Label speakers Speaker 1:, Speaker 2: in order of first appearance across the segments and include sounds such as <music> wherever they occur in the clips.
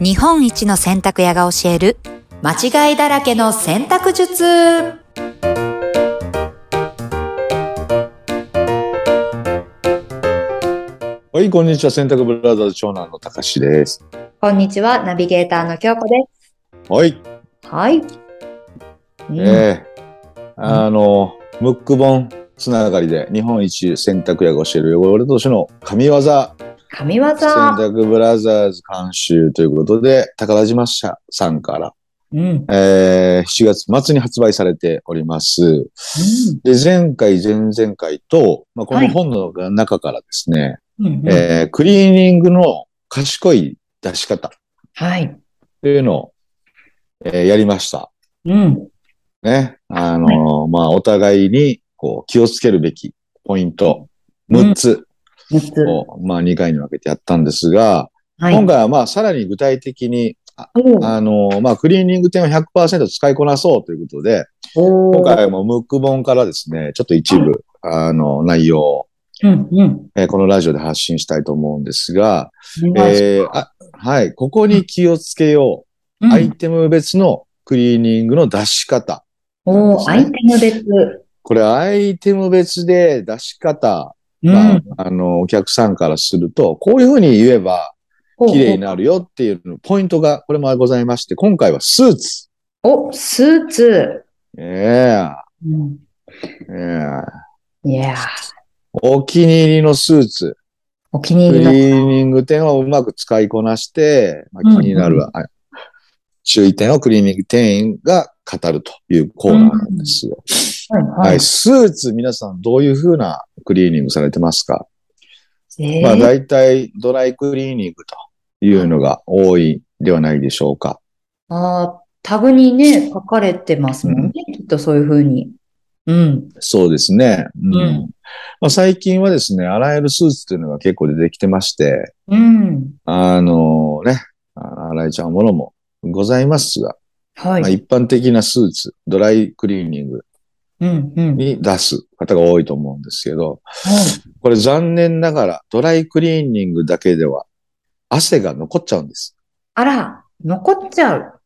Speaker 1: 日本一の洗濯屋が教える間違いだらけの洗濯術
Speaker 2: はい、こんにちは。洗濯ブラザーズ長男のたかしです。
Speaker 1: こんにちはナビゲーターの京子で
Speaker 2: はい、
Speaker 1: すはい、うん
Speaker 2: えーあの、ムック本つながりで日本一洗濯屋が教える汚れとしの神業、洗
Speaker 1: 神業
Speaker 2: 濯ブラザーズ監修ということで、宝島社さんから、
Speaker 1: うん、うん、
Speaker 2: えー7月末に発売されております。で、前回、前々回と、まあ、こ
Speaker 1: は
Speaker 2: の
Speaker 1: い
Speaker 2: 本の中からですね、
Speaker 1: うんうん
Speaker 2: えークリーニングの賢い出し方
Speaker 1: はい
Speaker 2: というのを、えーやりました。
Speaker 1: うん
Speaker 2: ね。あのーまあ、お互いに、こう、気をつけるべきポイント、6つ
Speaker 1: 6つ
Speaker 2: を、まあ、2回に分けてやったんですが、
Speaker 1: はい
Speaker 2: 今回は、まあ、さらに具体的に、あ
Speaker 1: おー
Speaker 2: あのーまあ、クリーニング店を100%使いこなそうということで、
Speaker 1: おー
Speaker 2: 今回もムック本からですね、ちょっと一部、あの、内容を、
Speaker 1: うんうん
Speaker 2: えーこのラジオで発信したいと思うんですが、
Speaker 1: お願いし
Speaker 2: えーあはい、ここに気をつけよう。
Speaker 1: ます
Speaker 2: アイテム別のクリーニングの出し方。
Speaker 1: うんおーアイテム別
Speaker 2: これ、アイテム別で出し方
Speaker 1: う
Speaker 2: が、あの、お客さんからすると、こういうふうに言えば、綺麗になるよっていうのポイントが、これもございまして、今回はスーツ。
Speaker 1: おおスーツ、
Speaker 2: え
Speaker 1: うん、
Speaker 2: えええ
Speaker 1: いやー
Speaker 2: お気に入りのスーツ。
Speaker 1: お気に
Speaker 2: ク
Speaker 1: 入
Speaker 2: リ
Speaker 1: りの
Speaker 2: ーニング店をうまく使いこなして、まあ、
Speaker 1: うん
Speaker 2: 気になる、あ注意点をクリーニング店員が語るというコーナーなんですよ。
Speaker 1: は
Speaker 2: はい。スーツ、皆さんどういうふうなクリーニングされてますか
Speaker 1: えー
Speaker 2: まあ大体ドライクリーニングというのが多いではないでしょうか。
Speaker 1: ああ、タグにね、書かれてますもんね。きっとそういうふうに。うん。
Speaker 2: そうですね。うん
Speaker 1: うん
Speaker 2: まあ、最近はですね、洗えるスーツというのが結構出てきてまして、
Speaker 1: うん。
Speaker 2: あのね、あ洗えちゃうものもございますが、
Speaker 1: は
Speaker 2: まあ、
Speaker 1: い。
Speaker 2: 一般的なスーツ、ドライクリーニング
Speaker 1: うん、うん。はい
Speaker 2: に出す方が多いと思うんですけど、これ残念ながらドライクリーニングだけでは汗が残っちゃうんです。
Speaker 1: あら、残っちゃう。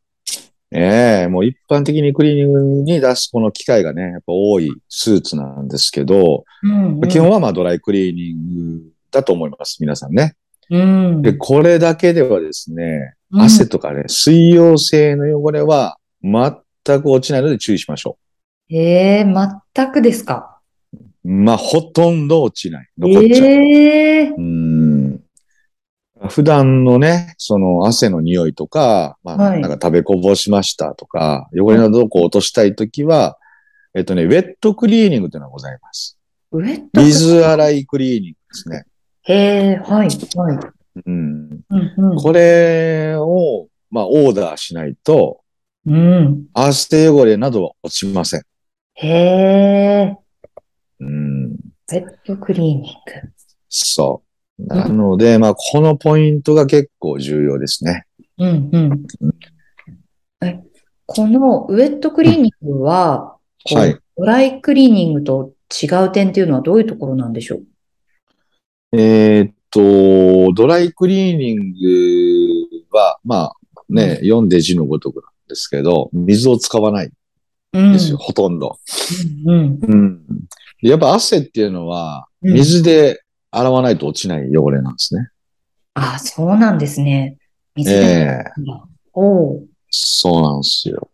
Speaker 2: ええもう一般的にクリーニングに出すこの機会がね、やっぱ多いスーツなんですけど、
Speaker 1: うん、うん。
Speaker 2: 基本はまあドライクリーニングだと思います、皆さんね。
Speaker 1: うん。
Speaker 2: で、これだけではですね、
Speaker 1: うん
Speaker 2: 汗とかね、水溶性の汚れは全く落ちないので注意しましょ
Speaker 1: ええー、全くですか。
Speaker 2: う。まあ、ほとんど落ちない。残っちゃう。
Speaker 1: ええー。
Speaker 2: うん普段のね、その汗の匂いとか、まあ、
Speaker 1: はい
Speaker 2: なんか食べこぼしましたとか、汚れのどこを落としたいときは、えっとね、ウェットクリーニングというのがございます。
Speaker 1: ウェット。
Speaker 2: 水洗いクリーニングですね。
Speaker 1: ええー、はい、はい。
Speaker 2: うん、
Speaker 1: うん、うん。
Speaker 2: これを、まあ、オーダーしないと、
Speaker 1: うん。
Speaker 2: 汗汚れなどは落ちません。
Speaker 1: へえ、
Speaker 2: う
Speaker 1: ウ
Speaker 2: ん、
Speaker 1: ェットクリーニング。
Speaker 2: そう。なので、まあ、このポイントが結構重要ですね。
Speaker 1: うん、うん。え、このウェットクリーニングは、こう
Speaker 2: はい。
Speaker 1: ドライクリーニングと違う点っていうのはどういうところなんでしょう
Speaker 2: えーっと、ドライクリーニングは、まあね、読んで字のごとくなんですけど、水を使わないん
Speaker 1: うん
Speaker 2: ですよ、ほとんど。
Speaker 1: うん。
Speaker 2: うん。やっぱ汗っていうの
Speaker 1: う
Speaker 2: は、
Speaker 1: ん
Speaker 2: 水で洗わないと落ちない汚れなんですね。
Speaker 1: あ、そうなんですね。水で。
Speaker 2: ええ
Speaker 1: おう。
Speaker 2: そうなんですよ。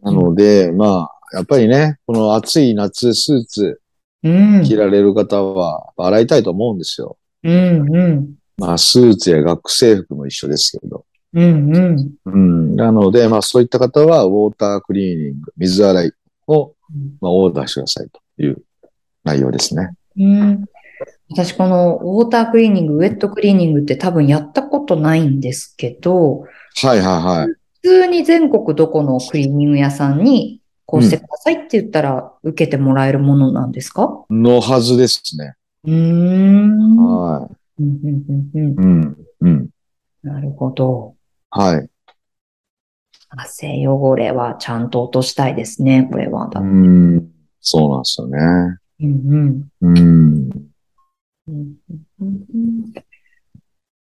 Speaker 2: なので、まあ、やっぱりね、この暑い夏スーツ
Speaker 1: うん。
Speaker 2: 着られる方は、洗いたいと思うんですよ。
Speaker 1: うんうん。
Speaker 2: まあ、スーツや学生服も一緒ですけど。
Speaker 1: うんうん。
Speaker 2: うん。なので、まあそういった方は、ウォータークリーニング、水洗いを、まあ、オーダーしてくださいという内容ですね。
Speaker 1: うん。私、このウォータークリーニング、ウェットクリーニングって多分やったことないんですけど、
Speaker 2: はいはいはい。
Speaker 1: 普通に全国どこのクリーニング屋さんにこうしてくださいって言ったら受けてもらえるものなんですか
Speaker 2: のはずですね。
Speaker 1: うーん。うん
Speaker 2: は
Speaker 1: うんうんうん
Speaker 2: い。うん。うん。
Speaker 1: なるほど。
Speaker 2: はい。
Speaker 1: 汗汚れはちゃんと落としたいですね、これは。
Speaker 2: うん。そうなんですよね。
Speaker 1: うんうん
Speaker 2: うん。
Speaker 1: うんうんうん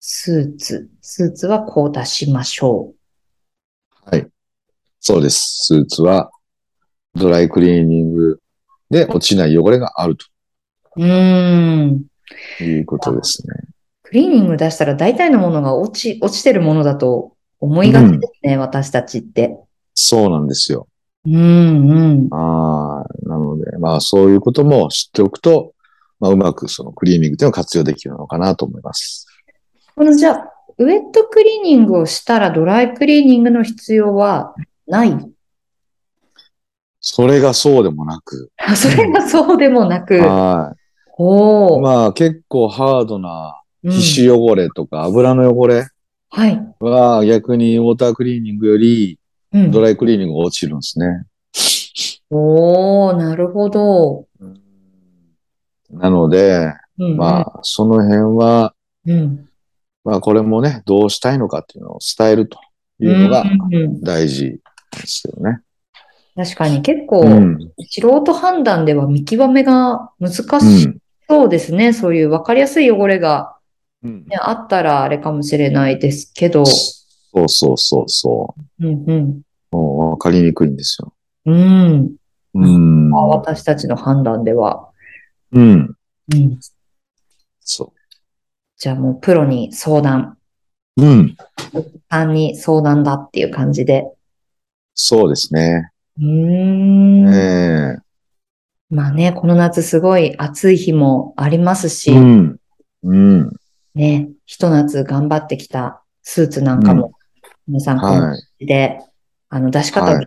Speaker 1: スーツ。スーツはこう出しましょう。
Speaker 2: そうです。スーツはドライクリーニングで落ちない汚れがある
Speaker 1: うーん。
Speaker 2: ということですね。
Speaker 1: クリーニング出したら大体のものが落ち、落ちてるものだと思いがちですね、私たちって。
Speaker 2: そうなんですよ。
Speaker 1: うんうん。
Speaker 2: ああ、なので、まあそういうことも知っておくと、まあうまくそのクリーニングっていうのを活用できるのかなと思います。
Speaker 1: このじゃあ、ウェットクリーニングをしたらドライクリーニングの必要はない。 <laughs>
Speaker 2: それがそうでもなく、
Speaker 1: あそれがそうでもなく。
Speaker 2: は
Speaker 1: お
Speaker 2: い。
Speaker 1: ー。
Speaker 2: まあ結構ハードな
Speaker 1: うん
Speaker 2: 皮脂汚れとか油の汚れ
Speaker 1: はい。
Speaker 2: は逆にウォータークリーニングより
Speaker 1: うん
Speaker 2: ドライクリーニングが落ちるんですね。
Speaker 1: おー、なるほど。
Speaker 2: なので、
Speaker 1: うんうん
Speaker 2: まあ、その辺は、
Speaker 1: うん。
Speaker 2: まあ、これもね、どうしたいのかっていうのを伝えるというのが
Speaker 1: うんうんうん
Speaker 2: 大事ですよね。
Speaker 1: 確かに結構、
Speaker 2: うん。
Speaker 1: 素人判断では見極めが難
Speaker 2: う
Speaker 1: し
Speaker 2: ん
Speaker 1: そうですね。そういう分かりやすい汚れが、
Speaker 2: うん
Speaker 1: ね、あったらあれかもしれないですけど。
Speaker 2: そうそうそうそ
Speaker 1: うん
Speaker 2: う。もうわかりにくいんですよ。
Speaker 1: うん。うん。
Speaker 2: うん
Speaker 1: ま。あ私たちの判断では。
Speaker 2: うん。
Speaker 1: うん。
Speaker 2: そ
Speaker 1: じゃあもうプロに相談。
Speaker 2: う。うん。
Speaker 1: さんに相談だっていう感じで。
Speaker 2: そうですね。
Speaker 1: うーん。
Speaker 2: え
Speaker 1: まあね、この夏すごい暑い日もあります
Speaker 2: え
Speaker 1: し、
Speaker 2: うん。うん。
Speaker 1: ね、ひと夏頑張ってきたスーツなんかも、皆さんこんな感
Speaker 2: はい。
Speaker 1: じで、あの出し方を
Speaker 2: は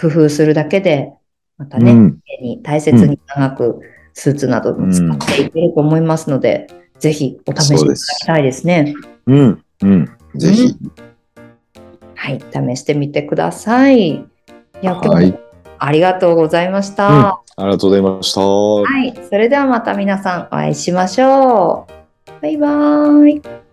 Speaker 1: 工夫するだけで、また
Speaker 2: う
Speaker 1: ね、
Speaker 2: ん。
Speaker 1: 家に大切に長くスーツなども使っていけると思いますので、ぜひお試しいただきたいですね。
Speaker 2: うん。うん。ぜひ。
Speaker 1: はい、試してみてください。いや、今
Speaker 2: は
Speaker 1: 日
Speaker 2: い
Speaker 1: もありがとうございました。
Speaker 2: うんありがとうございました。
Speaker 1: はい、それではまた皆さんお会いしましょう。バイバーイ。